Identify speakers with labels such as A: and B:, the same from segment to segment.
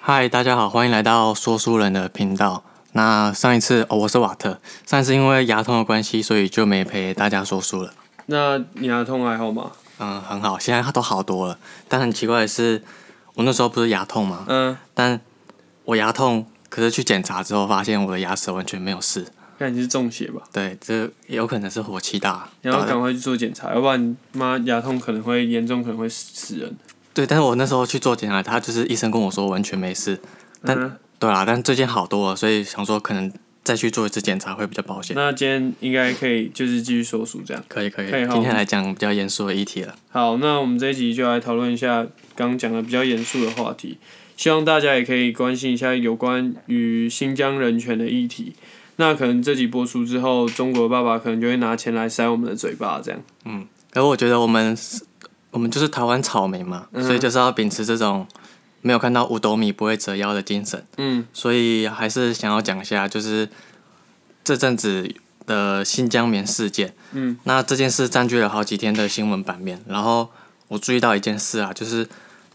A: 嗨，大家好，欢迎来到说书人的频道。那上一次哦，我是瓦特，上一次因为牙痛的关系，所以就没陪大家说书了。
B: 那你牙痛还好吗？
A: 嗯，很好，现在都好多了。但很奇怪的是，我那时候不是牙痛吗？
B: 嗯，
A: 但我牙痛，可是去检查之后发现我的牙齿完全没有事。
B: 看你是中邪吧，
A: 对，这有可能是火气大。
B: 你要
A: 导致
B: 赶快去做检查，要不然你妈牙痛可能会严重，可能会死死人。
A: 对，但是我那时候去做检查，他就是医生跟我说完全没事。但
B: 嗯，
A: 对啦，但最近好多了，所以想说可能再去做一次检查会比较保险。
B: 那今天应该可以就是继续说书这样。
A: 可以可以，
B: 可以哈
A: 今天来讲比较严肃的议题了。
B: 好，那我们这一集就来讨论一下刚刚讲的比较严肃的话题，希望大家也可以关心一下有关于新疆人权的议题。那可能这集播出之后，中国爸爸可能就会拿钱来塞我们的嘴巴这样。
A: 可我觉得我们是我们就是台湾草莓嘛，
B: 嗯
A: 所以就是要秉持这种没有看到五斗米不会折腰的精神。
B: 嗯，
A: 所以还是想要讲一下，就是这阵子的新疆棉事件。
B: 嗯，
A: 那这件事占据了好几天的新闻版面。然后我注意到一件事啊，就是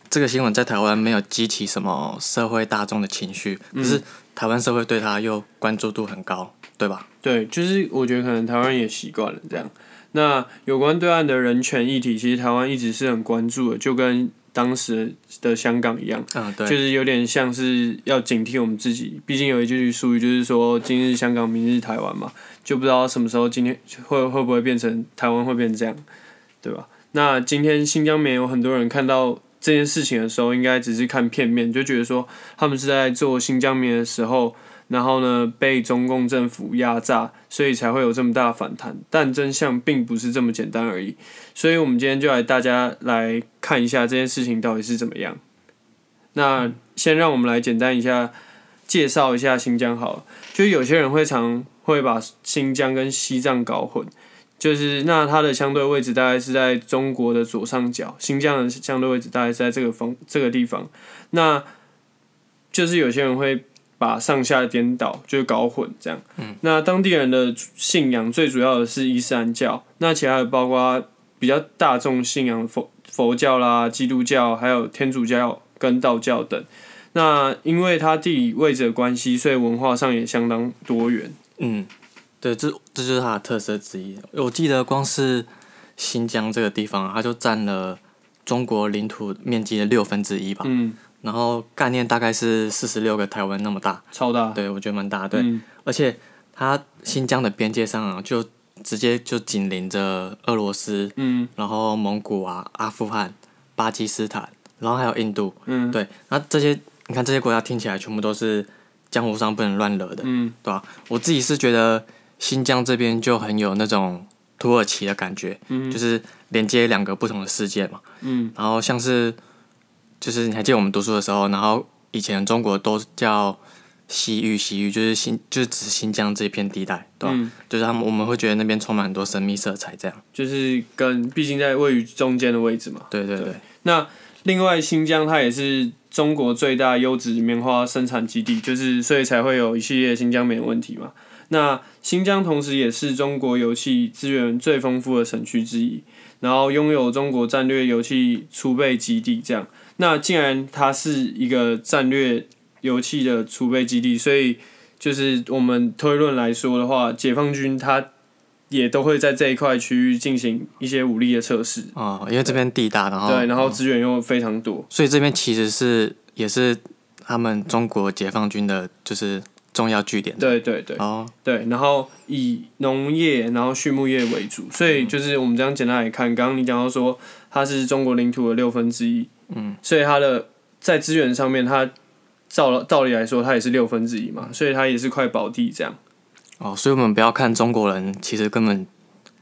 A: 这个新闻在台湾没有激起什么社会大众的情绪，可是台湾社会对它又关注度很高，对吧？
B: 对，就是我觉得可能台湾人也习惯了这样。那有关对岸的人权议题，其实台湾一直是很关注的，就跟当时的香港一样，
A: 嗯，对。
B: 就是有点像是要警惕我们自己。毕竟有一句俗语就是说“今日香港，明日台湾”嘛，就不知道什么时候今天会会不会变成台湾会变成这样，对吧？那今天新疆棉有很多人看到这件事情的时候，应该只是看片面，就觉得说他们是在做新疆棉的时候，然后呢被中共政府压榨，所以才会有这么大的反弹。但真相并不是这么简单而已，所以我们今天就来大家来看一下这件事情到底是怎么样。那先让我们来简单一下介绍一下新疆好了，就是有些人会常会把新疆跟西藏搞混。就是那它的相对位置大概是在中国的左上角，新疆的相对位置大概是在这个方这个地方。那就是有些人会把上下颠倒，就是搞混这样。嗯、那当地人的信仰最主要的是伊斯兰教，那其他的包括比较大众信仰的佛佛教啦、基督教，还有天主教跟道教等。那因为它地理位置的关系，所以文化上也相当多元。
A: 嗯，对，这这就是它的特色之一。我记得光是新疆这个地方啊，它就占了中国领土面积的六分之一吧，
B: 嗯，
A: 然后概念大概是四十六个台湾那么大。
B: 超大。
A: 对，我觉得蛮大。对，
B: 啊嗯
A: 而且它新疆的边界上啊，就直接就紧邻着俄罗斯，
B: 嗯
A: 然后蒙古啊、阿富汗、巴基斯坦，然后还有印度。
B: 嗯
A: 对，那这些你看这些国家听起来全部都是江湖上不能乱惹的。
B: 嗯
A: 对吧、我自己是觉得新疆这边就很有那种土耳其的感觉，
B: 嗯
A: 就是连接两个不同的世界嘛。
B: 嗯
A: 然后像是，就是你还记得我们读书的时候，然后以前中国都叫西域，西域就是新，就是指新疆这片地带，对吧、
B: 嗯，
A: 就是他们我们会觉得那边充满很多神秘色彩，这样。
B: 就是跟毕竟在位于中间的位置嘛。
A: 对对对，
B: 那另外，新疆它也是中国最大优质棉花生产基地，就是所以才会有一系列新疆棉问题嘛。那新疆同时也是中国油气资源最丰富的省区之一，然后拥有中国战略油气储备基地。这样，那既然它是一个战略油气的储备基地，所以就是我们推论来说的话，解放军它也都会在这一块区域进行一些武力的测试。
A: 哦、因为这边地大，然后
B: 对，然后资源又非常多。
A: 所以这边其实是也是他们中国解放军的，就是重要据点。
B: 对对对
A: 哦，
B: 对，然后以农业，然后畜牧业为主，所以就是我们这样简单来看，刚刚你讲到说它是中国领土的六分之一，嗯，所以它的在资源上面，它照道理来说，它也是六分之一嘛，所以它也是块宝地这样。
A: 哦，所以我们不要看中国人，其实根本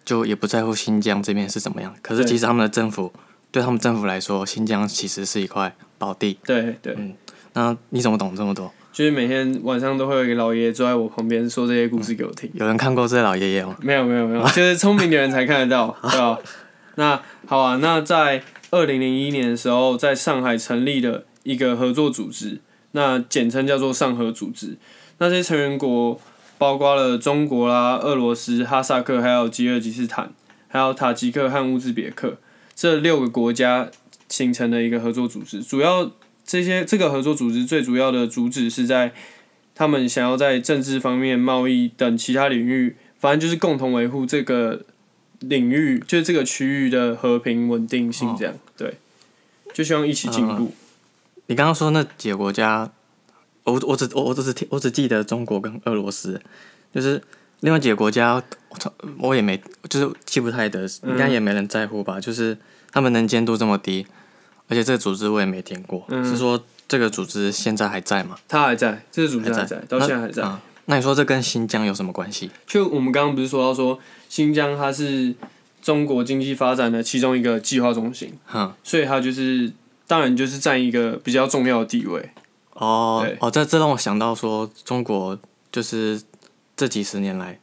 A: 就也不在乎新疆这边是怎么样。可是
B: 对
A: 其实他们的政府，对他们政府来说，新疆其实是一块宝地。
B: 对对，
A: 那你怎么懂这么多？
B: 就是每天晚上都会有一个老爷爷坐在我旁边说这些故事给我听。
A: 有人看过这老爷爷吗？
B: 没有没有没有，就是聪明的人才看得到，对吧？ 那好啊，那在二零零一年的时候，在上海成立了一个合作组织，那简称叫做上合组织。那这些成员国包括了中国啦、俄罗斯、哈萨克，还有吉尔吉斯坦，还有塔吉克和乌兹别克这六个国家形成的一个合作组织，主要这些这个合作组织最主要的主旨是在他们想要在政治方面、贸易等其他领域，反正就是共同维护这个领域，就是这个区域的和平稳定性，这样、对，就希望一起进步。
A: 你刚刚说那几个国家，我我只我我只是我只记得中国跟俄罗斯，就是另外几个国家，我操我也没就是记不太得，应该也没人在乎吧？就是他们能监督这么低，而且这个组织我也没听过，是说这个组织现在还在吗？
B: 他还在，这个组织还
A: 还
B: 在嗯
A: 在，
B: 到现在还在。
A: 啊、那你说这跟新疆有什么关系？
B: 就我们刚刚不是说到说新疆它是中国经济发展的其中一个计划中心，
A: 哼，
B: 所以它就是当然就是占一个比较重要的地位。
A: 哦
B: 对
A: 哦，这这让我想到说，中国就是这几十年来，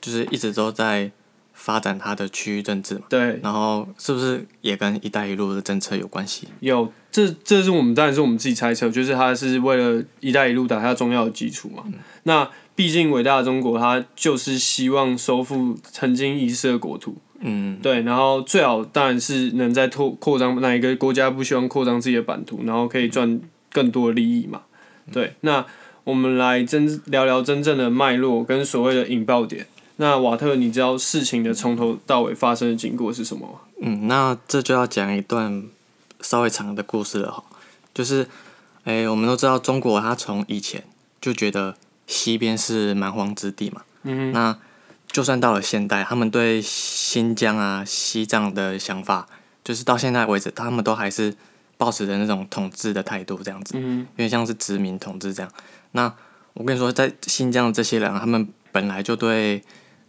A: 就是一直都在发展它的区域政治嘛。
B: 对，
A: 然后是不是也跟“一带一路”的政策有关系？
B: 有这这是我们当然是我们自己猜测，就是它是为了“一带一路”打下重要的基础嘛。那毕竟伟大的中国，它就是希望收复曾经遗失的国土。
A: 嗯，
B: 对，然后最好当然是能在拓扩张哪一个国家不希望扩张自己的版图，然后可以赚更多的利益嘛。对，那我们来真聊聊真正的脉络跟所谓的引爆点。那瓦特，你知道事情的从头到尾发生的经过是什么吗？
A: 嗯，那这就要讲一段稍微长的故事了哈。就是，诶，我们都知道中国它从以前就觉得西边是蛮荒之地嘛。嗯那就算到了现代，他们对新疆啊、西藏的想法，就是到现在为止，他们都还是抱持着那种统治的态度这样子。
B: 嗯
A: 有点像是殖民统治这样。那我跟你说，在新疆的这些人啊，他们本来就对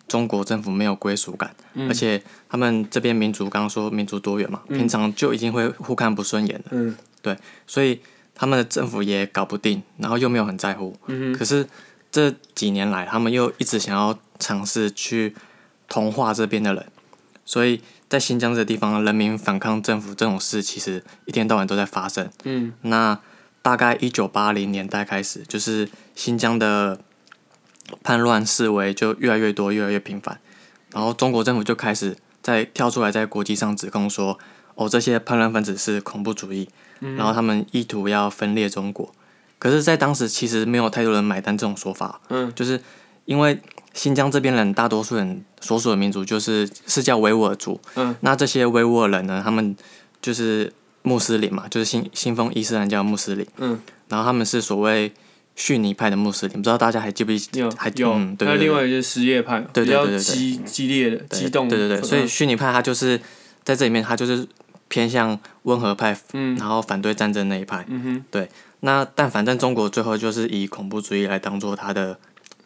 A: 中国政府没有归属感，而且他们这边民族刚刚说民族多元嘛，平常就已经会互看不顺眼了，
B: 嗯
A: 所以他们的政府也搞不定，然后又没有很在乎。
B: 嗯
A: 可是这几年来，他们又一直想要尝试去同化这边的人，所以在新疆这个地方，人民反抗政府这种事，其实一天到晚都在发生。
B: 嗯
A: 那大概一九八零年代开始，就是新疆的叛乱示威就越来越多，越来越频繁，然后中国政府就开始在跳出来，在国际上指控说，哦，这些叛乱分子是恐怖主义，
B: 嗯
A: 然后他们意图要分裂中国。可是，在当时其实没有太多人买单这种说法，
B: 嗯
A: 就是因为新疆这边人大多数人所属的民族就是是叫维吾尔族，
B: 嗯，
A: 那这些维吾尔人呢，他们就是穆斯林嘛，就是信信奉伊斯兰教的穆斯林，
B: 嗯，
A: 然后他们是所谓逊尼派的穆斯林，不知道大家还记不记？
B: 有
A: 还
B: 有，
A: 嗯，对
B: 还有
A: 对对
B: 另外一些实业派，
A: 对对对
B: 比较
A: 对对
B: 激激烈的、
A: 对
B: 激动的，
A: 对对对，所以逊尼派他就是在这里面，他就是偏向温和派，
B: 嗯
A: 然后反对战争那一派。
B: 嗯哼，
A: 那但反正中国最后就是以恐怖主义来当做他的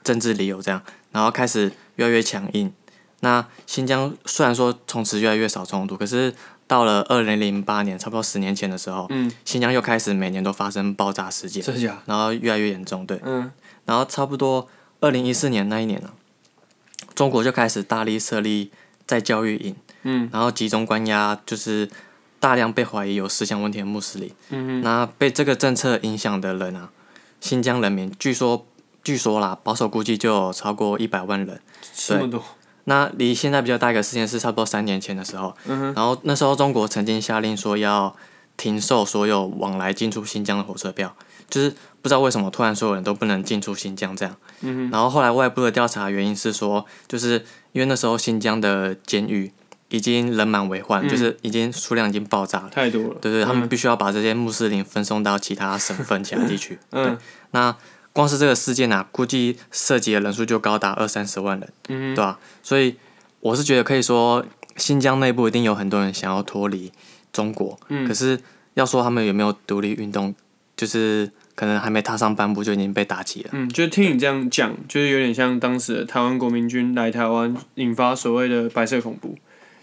A: 政治理由，这样，然后开始越来越强硬。那新疆虽然说从此越来越少冲突，可是到了二零零八年，差不多十年前的时候，
B: 嗯，
A: 新疆又开始每年都发生爆炸事件，
B: 这下，
A: 然后越来越严重，对。
B: 嗯
A: 然后差不多二零一四年那一年呢、中国就开始大力设立在教育营，
B: 嗯，
A: 然后集中关押就是大量被怀疑有思想问题的穆斯林。
B: 嗯
A: 那被这个政策影响的人啊，新疆人民据说据说啦，保守估计就有超过一百万人。
B: 哼，这么多，
A: 那离现在比较大一个事件是差不多三年前的时候，
B: 嗯哼，
A: 然后那时候中国曾经下令说要停售所有往来进出新疆的火车票，就是不知道为什么突然所有人都不能进出新疆这样。
B: 嗯
A: 然后后来外部的调查原因是说，就是因为那时候新疆的监狱已经人满为
B: 嗯
A: 患，就是已经数量已经爆炸了。
B: 太多了，
A: 对对，他们必须要把这些穆斯林分送到其他省份、其他地 区。
B: 嗯
A: 那光是这个事件啊，估计涉及的人数就高达二三十万人，
B: 嗯
A: 对吧、所以我是觉得可以说，新疆内部一定有很多人想要脱离中国，
B: 嗯
A: 可是要说他们有没有独立运动，就是可能还没踏上半步就已经被打击了。
B: 嗯，就听你这样讲，就是有点像当时的台湾国民军来台湾引发所谓的白色恐怖，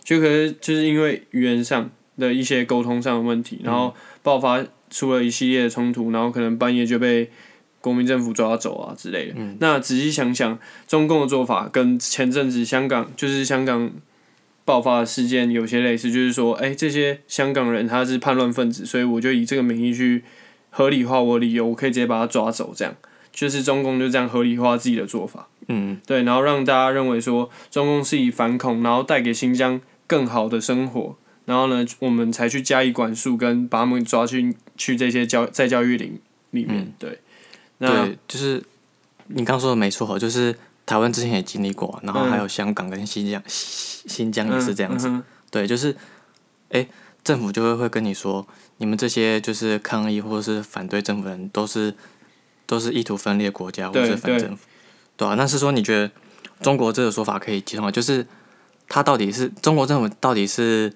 B: 就可是就是因为语言上的一些沟通上的问题，然后爆发出了一系列的冲突，然后可能半夜就被国民政府抓走啊之类的。那仔细想想，中共的做法跟前阵子香港就是香港。爆发的事件有些类似，就是说，哎、这些香港人他是叛乱分子，所以我就以这个名义去合理化我的理由，我可以直接把他抓走，这样。就是中共就这样合理化自己的做法，
A: 嗯，
B: 对，然后让大家认为说中共是以反恐，然后带给新疆更好的生活，然后呢，我们才去加以管束跟把他们抓去去这些教在教育领里面。
A: 嗯
B: 对，那
A: 对，就是你刚说的没错，就是台湾之前也经历过，然后还有香港跟新疆、新新疆也是这样子。
B: 嗯嗯哼
A: 对，就是，哎、政府就会会跟你说，你们这些就是抗议或者是反对政府的人，都是都是意图分裂国家或者
B: 对
A: 是反
B: 对
A: 政府，对啊，那是说你觉得中国这个说法可以接受吗？就是他到底是中国政府到底是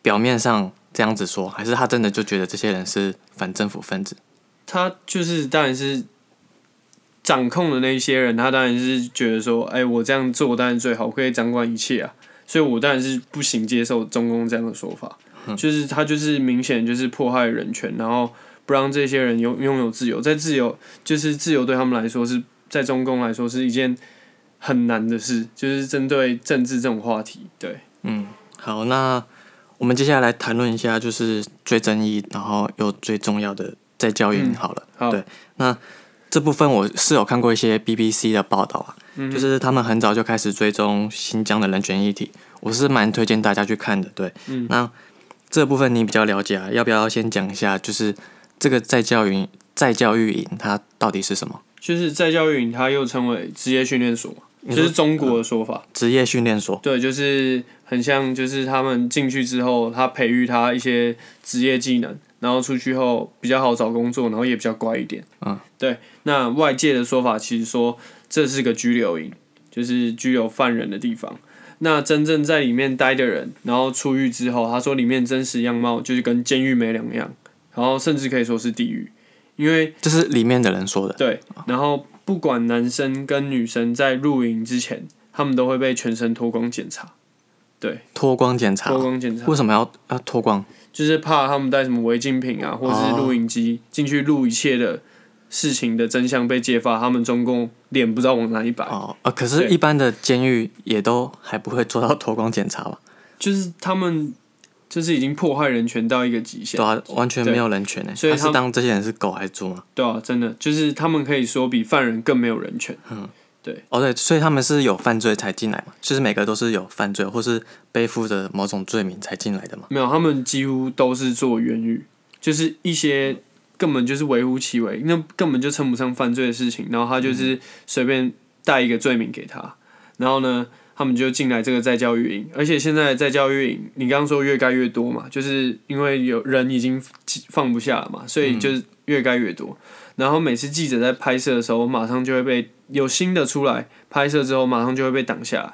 A: 表面上这样子说，还是他真的就觉得这些人是反政府分子？
B: 他就是当然是掌控的那一些人，他当然是觉得说，哎、我这样做当然最好，我可以掌管一切啊，所以我当然是不行接受中共这样的说法，
A: 嗯
B: 就是他就是明显就是迫害人权，然后不让这些人拥拥有自由，在自由就是自由对他们来说是在中共来说是一件很难的事，就是针对政治这种话题，对，
A: 嗯，好，那我们接下来谈论一下，就是最争议，然后又最重要的在教育
B: 嗯
A: 营好了。
B: 好，
A: 对这部分我是有看过一些 BBC 的报道啊，
B: 嗯
A: 就是他们很早就开始追踪新疆的人权议题，我是蛮推荐大家去看的。对，
B: 嗯
A: 那这部分你比较了解啊，要不要先讲一下，就是这个在教育在教育营它到底是什么？
B: 就是在教育营，它又称为职业训练所嘛，
A: 你
B: 就
A: 说
B: 是中国的说法。
A: 职业训练所，
B: 对，就是很像，就是他们进去之后，他培育他一些职业技能，然后出去后比较好找工作，然后也比较乖一点。
A: 嗯，
B: 对。那外界的说法其实说这是个拘留营，就是拘留犯人的地方。那真正在里面待的人，然后出狱之后，他说里面真实样貌就是跟监狱没两样，然后甚至可以说是地狱，因为
A: 这是里面的人说的。
B: 对，然后不管男生跟女生在入营之前，他们都会被全身脱光检查。
A: 脱光检查
B: 脱，光检查，
A: 为什么要要脱光？
B: 就是怕他们带什么违禁品
A: 哦
B: 啊，或是录影机进去录一切的事情的真相被揭发，他们中共脸不知道往哪里摆。
A: 哦，呃，可是，
B: 对
A: 一般的监狱也都还不会做到脱光检查吧？
B: 就是他们就是已经迫害人权到一个极限
A: 对，啊，完全没有人权呢。
B: 所以
A: 他
B: 他
A: 是
B: 们
A: 当这些人是狗还是猪吗？
B: 对啊，真的就是他们可以说比犯人更没有人权。
A: 哦，对，所以他们是有犯罪才进来嘛，就是每个都是有犯罪或是背负着某种罪名才进来的嘛。
B: 没有，他们几乎都是做冤狱，就是一些根本就是微乎其微，那根本就称不上犯罪的事情。然后他就是随便带一个罪名给他，然后呢，他们就进来这个在教育营。而且现在在教育营，你刚刚说越盖越多嘛，就是因为有人已经放不下了嘛，所以就是越盖越多。然后每次记者在拍摄的时候，马上就会被有新的出来拍摄之后，马上就会被挡下来，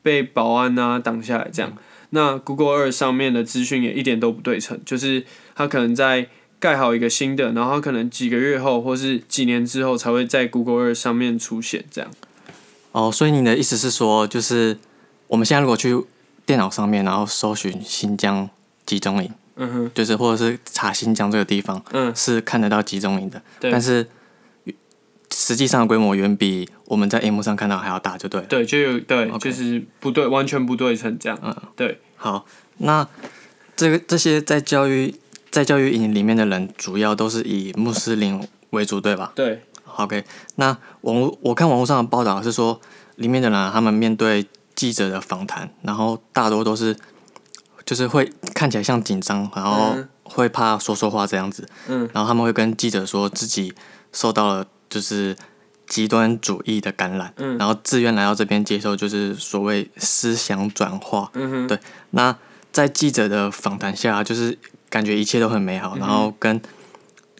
B: 被保安啊挡下来这样。那 Google Earth 上面的资讯也一点都不对称，就是它可能在盖好一个新的，然后它可能几个月后或是几年之后才会在 Google Earth 上面出现，这样
A: 哦，所以你的意思是说，就是我们现在如果去电脑上面，然后搜寻新疆集中营，
B: 嗯哼，
A: 就是或者是查新疆这个地方，
B: 嗯，
A: 是看得到集中营的，
B: 对
A: 但是实际上的规模远比我们在荧幕上看到还要大，就对了。
B: 对，就有对
A: OK
B: 就是不对，完全不对称这样，
A: 嗯
B: 对，
A: 好，那这个这些在教育在教育营里面的人，主要都是以穆斯林为主，对吧？
B: 对，
A: 好 OK，那网络我看网络上的报道是说，里面的人啊他们面对记者的访谈，然后大多都是就是会看起来像紧张，然后
B: 嗯
A: 会怕说错话这样子，
B: 嗯，
A: 然后他们会跟记者说自己受到了就是极端主义的感染，
B: 嗯
A: 然后自愿来到这边接受就是所谓思想转化，
B: 嗯哼，
A: 对那在记者的访谈下，就是感觉一切都很美
B: 嗯
A: 好，然后跟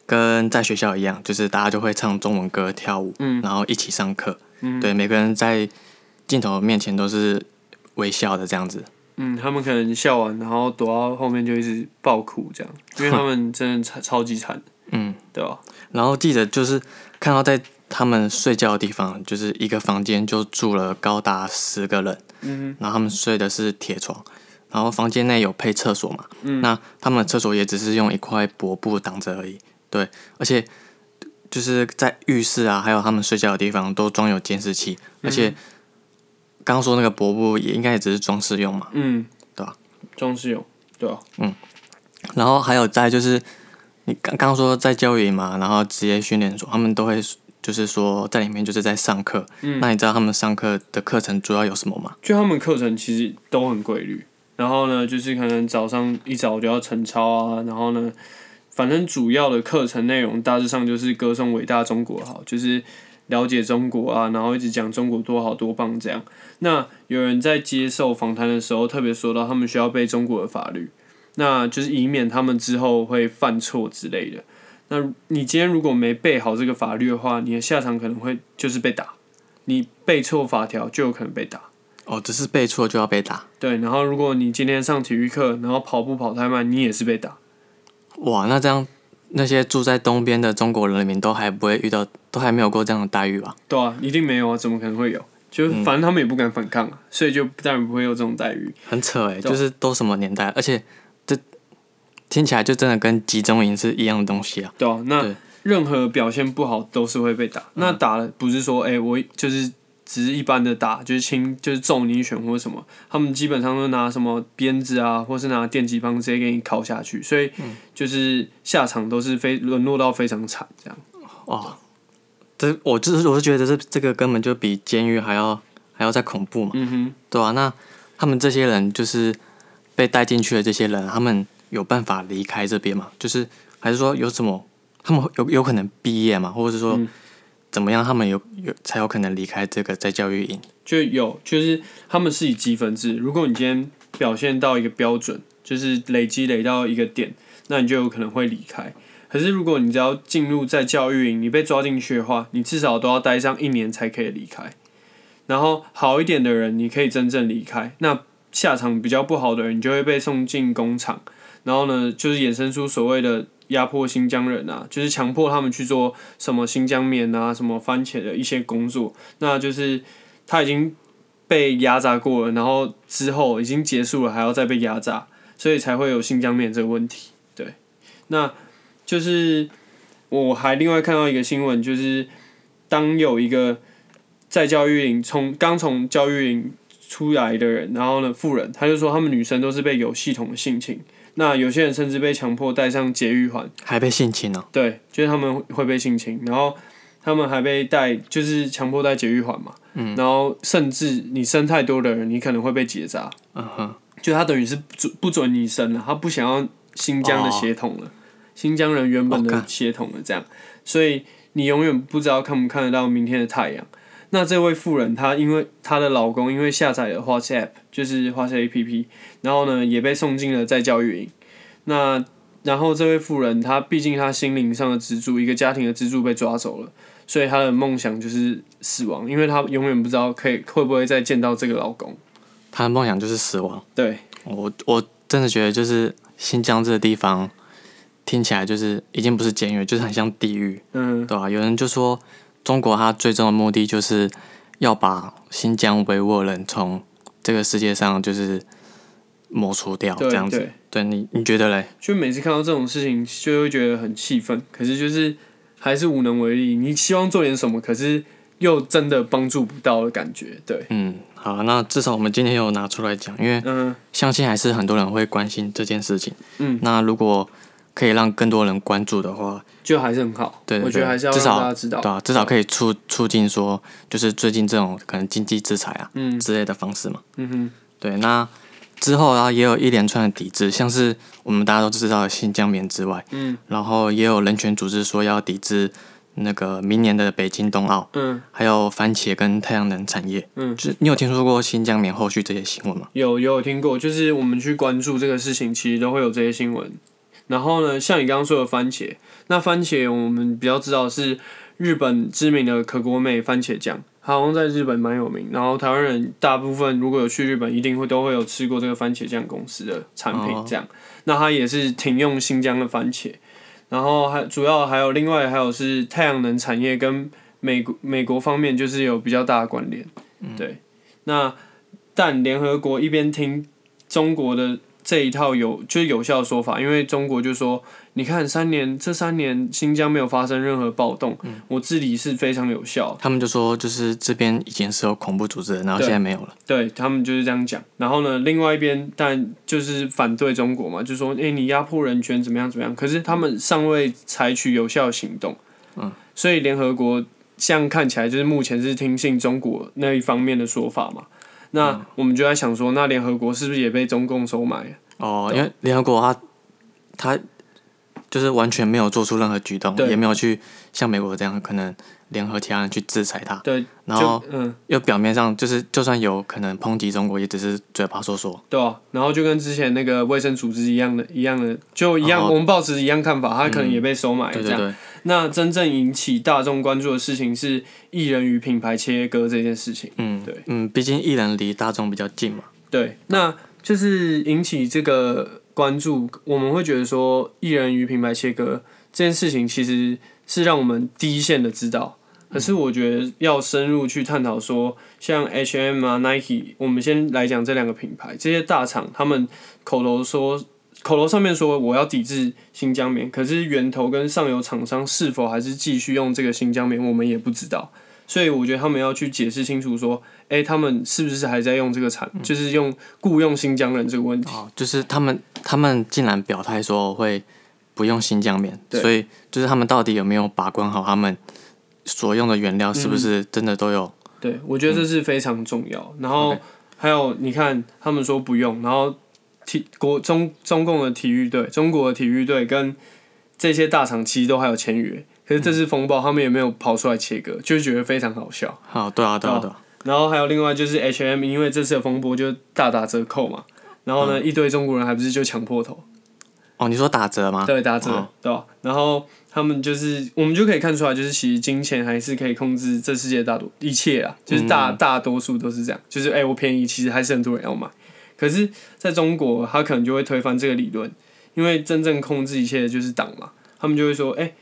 A: 跟在学校一样，就是大家就会唱中文歌、跳舞，
B: 嗯
A: 然后一起上课，
B: 嗯
A: 对，每个人在镜头面前都是微笑的这样子，
B: 嗯，他们可能笑完，然后躲到后面就一直爆哭 这样，因为他们真的超超级惨，
A: 嗯，
B: 对吧？
A: 然后记者就是看到在他们睡觉的地方，就是一个房间就住了高达十个人，
B: 嗯
A: 然后他们睡的是铁床，然后房间内有配厕所嘛，
B: 嗯
A: 那他们的厕所也只是用一块薄布挡着而已，对，而且就是在浴室啊，还有他们睡觉的地方都装有监视器，
B: 嗯
A: 而且刚刚说那个薄布也应该也只是装饰用嘛，
B: 嗯，
A: 对啊，
B: 装饰有，对啊，
A: 然后还有再就是你刚刚说在教育营嘛，然后职业训练所，他们都会就是说在里面就是在上课，
B: 嗯
A: 那你知道他们上课的课程主要有什么吗？
B: 就他们课程其实都很规律，然后呢，就是可能早上一早就要晨操啊，然后呢，反正主要的课程内容大致上就是歌颂伟大中国好，就是了解中国啊，然后一直讲中国多好多棒这样。那有人在接受访谈的时候特别说到，他们需要背中国的法律，那就是以免他们之后会犯错之类的。那你今天如果没背好这个法律的话，你的下场可能会就是被打，你背错法条就有可能被打。
A: 哦，只是背错就要被打，
B: 对，然后如果你今天上体育课，然后跑步跑太慢，你也是被打。
A: 哇，那这样那些住在东边的中国人民都还不会遇到，都还没有过这样的待遇吧？
B: 对啊，一定没有啊，怎么可能会有？就反正他们也不敢反抗啊，所以就当然不会有这种待遇。
A: 很扯哎、
B: 对
A: 就是都什么年代，而且这听起来就真的跟集中营是一样的东西啊。
B: 对啊，那
A: 对
B: 任何表现不好都是会被打。那打了不是说，哎、我就是只是一般的打，就是轻，就是揍你一拳或什么。他们基本上都拿什么鞭子啊，或是拿电击棒直接给你敲下去，所以就是下场都是非沦落到非常惨这样。
A: 哦，这我就是我是觉得这这个根本就比监狱还要还要再恐怖嘛，
B: 嗯哼，
A: 对啊，那他们这些人就是被带进去的这些人，他们有办法离开这边吗？就是还是说有什么他们有有可能毕业嘛，或者是
B: 嗯
A: 说、怎么样，他们有有才有可能离开这个在教育营？
B: 就有，就是他们是以积分制。如果你今天表现到一个标准，就是累积累到一个点，那你就有可能会离开。可是如果你只要进入在教育营，你被抓进去的话，你至少都要待上一年才可以离开。然后好一点的人，你可以真正离开。那下场比较不好的人，你就会被送进工厂。然后呢，就是衍生出所谓的压迫新疆人啊，就是强迫他们去做什么新疆棉啊、什么番茄的一些工作。那就是他已经被压榨过了，然后之后已经结束了，还要再被压榨，所以才会有新疆棉这个问题。对，那就是我还另外看到一个新闻，就是当有一个在教育营从刚从教育营出来的人，然后呢，富人，他就说他们女生都是被有系统的性侵，那有些人甚至被强迫戴上节育环。
A: 还被性侵哦呢、
B: 对，就是他们会被性侵，然后他们还被带，就是强迫戴节育环嘛。嗯。然后甚至你生太多的人，你可能会被结扎。
A: 嗯哼，
B: 就他等于是不准不准你生了，他不想要新疆的血统了，新疆人原本
A: 哦
B: 的
A: 干
B: 血统了这样，所以你永远不知道看不看得到明天的太阳。那这位妇人，她因为她的老公因为下载了 WhatsApp，就是花车 APP，然后呢也被送进了在教育营。那然后这位妇人，她毕竟她心灵上的支柱，一个家庭的支柱被抓走了，所以她的梦想就是死亡，因为她永远不知道可以会不会再见到这个老公。
A: 他的梦想就是死亡。
B: 对，
A: 我我真的觉得就是新疆这个地方，听起来就是已经不是监狱，就是很像地狱，
B: 嗯，
A: 对吧、啊有人就说，中国它最终的目的就是要把新疆维吾尔人从这个世界上就是抹除掉，
B: 对
A: 哦这样子
B: 对。
A: 对你你觉得嘞？
B: 就每次看到这种事情，就会觉得很气愤，可是就是还是无能为力。你希望做点什么，可是又真的帮助不到的感觉。对，
A: 嗯，好，那至少我们今天有拿出来讲，因为
B: 嗯
A: 相信还是很多人会关心这件事情。
B: 嗯，
A: 那如果可以让更多人关注的话，
B: 就还是很好。
A: 对对
B: 我觉得
A: 对
B: 还是要
A: 至
B: 让
A: 少
B: 大家知道。
A: 对啊，至少可以促促进说，就是最近这种可能经济制裁啊、
B: 嗯
A: 之类的方式嘛。
B: 嗯哼，
A: 对，那之后然后也有一连串的抵制，像是我们大家都知道的新疆棉之外，
B: 嗯
A: 然后也有人权组织说要抵制那个明年的北京冬奥，
B: 嗯，
A: 还有番茄跟太阳能产业。
B: 嗯
A: 就是你有听说过新疆棉后续这些新闻吗？
B: 有有有听过，就是我们去关注这个事情，其实都会有这些新闻。然后呢，像你刚刚说的番茄，那番茄我们比较知道是日本知名的可国美番茄酱，它好像在日本蛮有名。然后台湾人大部分如果有去日本，一定会都会有吃过这个番茄酱公司的产品
A: 哦
B: 这样。那它也是停用新疆的番茄，然后还主要还有另外还有是太阳能产业跟美国美国方面就是有比较大的关联。
A: 嗯
B: 对，那但联合国一边听中国的这一套有就是有效的说法，因为中国就说，你看三年这三年新疆没有发生任何暴动，我治理是非常有效的。
A: 他们就说，就是这边以前是有恐怖组织的，然后
B: 对
A: 现在没有了。
B: 对他们就是这样讲。然后呢，另外一边但就是反对中国嘛，就说诶、你压迫人权怎么样怎么样，可是他们尚未采取有效行动。嗯，所以联合国像看起来就是目前是听信中国那一方面的说法嘛。那我们就在想说，那联合国是不是也被中共收买了？
A: 哦，因为联合国它它就是完全没有做出任何举动，
B: 对
A: 也没有去像美国这样可能联合其他人去制裁他，
B: 对，
A: 然后
B: 就嗯，
A: 又表面上就是就算有可能抨击中国，也只是嘴巴说说。
B: 对啊，然后就跟之前那个卫生组织一样的，一样的，就一
A: 然
B: 样，
A: 后嗯
B: 我们抱持一样看法，他可能也被收买
A: 对
B: 这
A: 对
B: 样。
A: 对，
B: 那真正引起大众关注的事情是艺人与品牌切割这件事情。
A: 嗯，
B: 对
A: 嗯，毕竟艺人离大众比较近嘛。
B: 对，那就是引起这个关注，我们会觉得说，艺人与品牌切割这件事情，其实是让我们第一线的知道。可是我觉得要深入去探讨说，像 H M 啊、Nike，我们先来讲这两个品牌，这些大厂他们口头说。口头上面说我要抵制新疆棉，可是源头跟上游厂商是否还是继续用这个新疆棉，我们也不知道。所以我觉得他们要去解释清楚，说，哎、他们是不是还在用这个产，就是用雇佣新疆人这个问题？
A: 哦，就是他们他们竟然表态说会不用新疆棉，
B: 对
A: 所以就是他们到底有没有把关好他们所用的原料
B: 嗯
A: 是不是真的都有？
B: 对，我觉得这是非常重要。然后还有，你看他们说不用，然后体国中中共的体育队、中国的体育队跟这些大厂其实都还有签约，可是这次风暴他们也没有跑出来切割，就觉得非常好笑。
A: 好、对啊，对
B: 哦
A: 啊，对啊，
B: 然后还有另外就是 H M，因为这次的风波就大打折扣嘛，然后呢，一堆中国人还不是就抢破头。
A: 哦，你说打折吗？
B: 对，打折，
A: 哦
B: 对吧？然后他们就是，我们就可以看出来，就是其实金钱还是可以控制这世界大多一切啊，就是大、
A: 嗯
B: 大多数都是这样，就是哎、我便宜，其实还是很多人要买。可是在中国，他可能就会推翻这个理论，因为真正控制一切的就是党嘛，他们就会说，哎、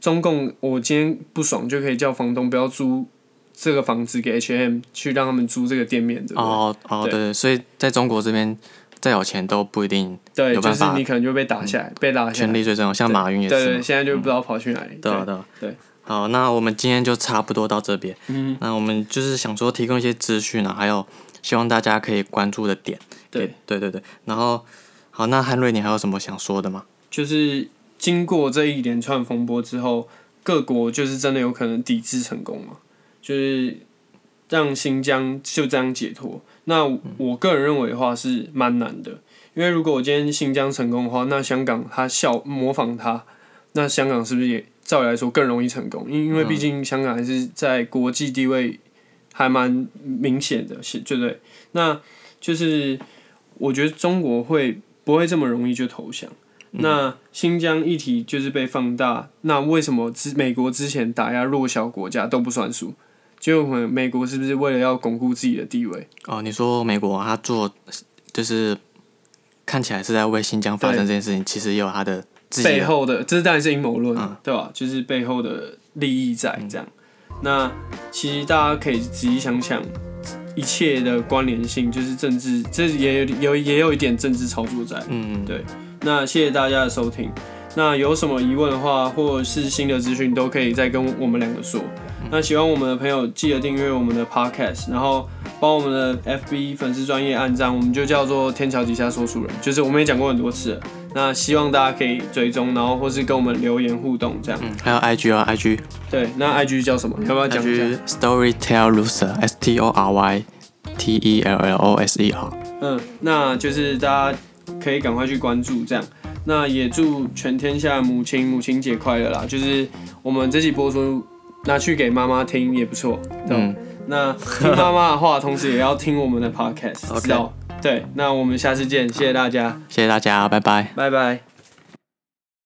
B: 中共，我今天不爽就可以叫房东不要租这个房子给 H&M 去让他们租这个店面，对不对？
A: 哦哦，对
B: 对
A: 对，所以在中国这边，再有钱都不一定
B: 对，
A: 有
B: 就
A: 办
B: 是
A: 法
B: 你可能就被打下来，被打下
A: 权
B: 来。
A: 力最重要，像马云也
B: 对
A: 是嘛
B: 对，，现在就不知道跑去哪里。
A: 对啊对啊
B: 对。
A: 好，那我们今天就差不多到这边。嗯，那我们就是想说提供一些资讯啊，还有希望大家可以关注的点。
B: 对
A: 给对对对，然后好，那汉瑞，你还有什么想说的吗？
B: 就是经过这一连串风波之后，各国就是真的有可能抵制成功嘛，就是让新疆就这样解脱。那我个人认为的话是蛮难的，因为如果我今天新疆成功的话，那香港它效模仿它，那香港是不是也照理来说更容易成功？因因为毕竟香港还是在国际地位还蛮明显的，是对不对？那就是我觉得中国会不会这么容易就投降？
A: 嗯
B: 那新疆议题就是被放大，那为什么之美国之前打压弱小国家都不算数？就我们美国是不是为了要巩固自己的地位？
A: 哦，你说美国他做就是看起来是在为新疆发生这件事情，其实也有他的自己
B: 背
A: 的。嗯
B: 后的这当然是阴谋论，对吧？就是背后的利益在这样。那其实大家可以仔细想想，一切的关联性就是政治，这也有有也有一点政治操作在。
A: 嗯，
B: 对那谢谢大家的收听。那有什么疑问的话，或者是新的资讯，都可以再跟我们两个说。那喜欢我们的朋友，记得订阅我们的 Podcast，然后帮我们的 FB 粉丝专业按赞，我们就叫做天桥底下说书人，就是我们也讲过很多次了。那希望大家可以追踪，然后或是跟我们留言互动这样。
A: 嗯，还有 IG 啊，IG，IG
B: 对，那 IG 叫什么？要不要讲一下？
A: Storytell Loser S T O R Y T E L L O S E R。
B: 嗯，那就是大家可以赶快去关注这样。那也祝全天下母亲母亲节快乐啦！就是我们这期播出拿去给妈妈听也不错，对吧
A: 嗯，
B: 那听妈妈的话，同时也要听我们的 podcast，
A: OK
B: 知道？对，那我们下次见，谢谢大家，
A: 谢谢大家，拜拜。
B: 拜拜。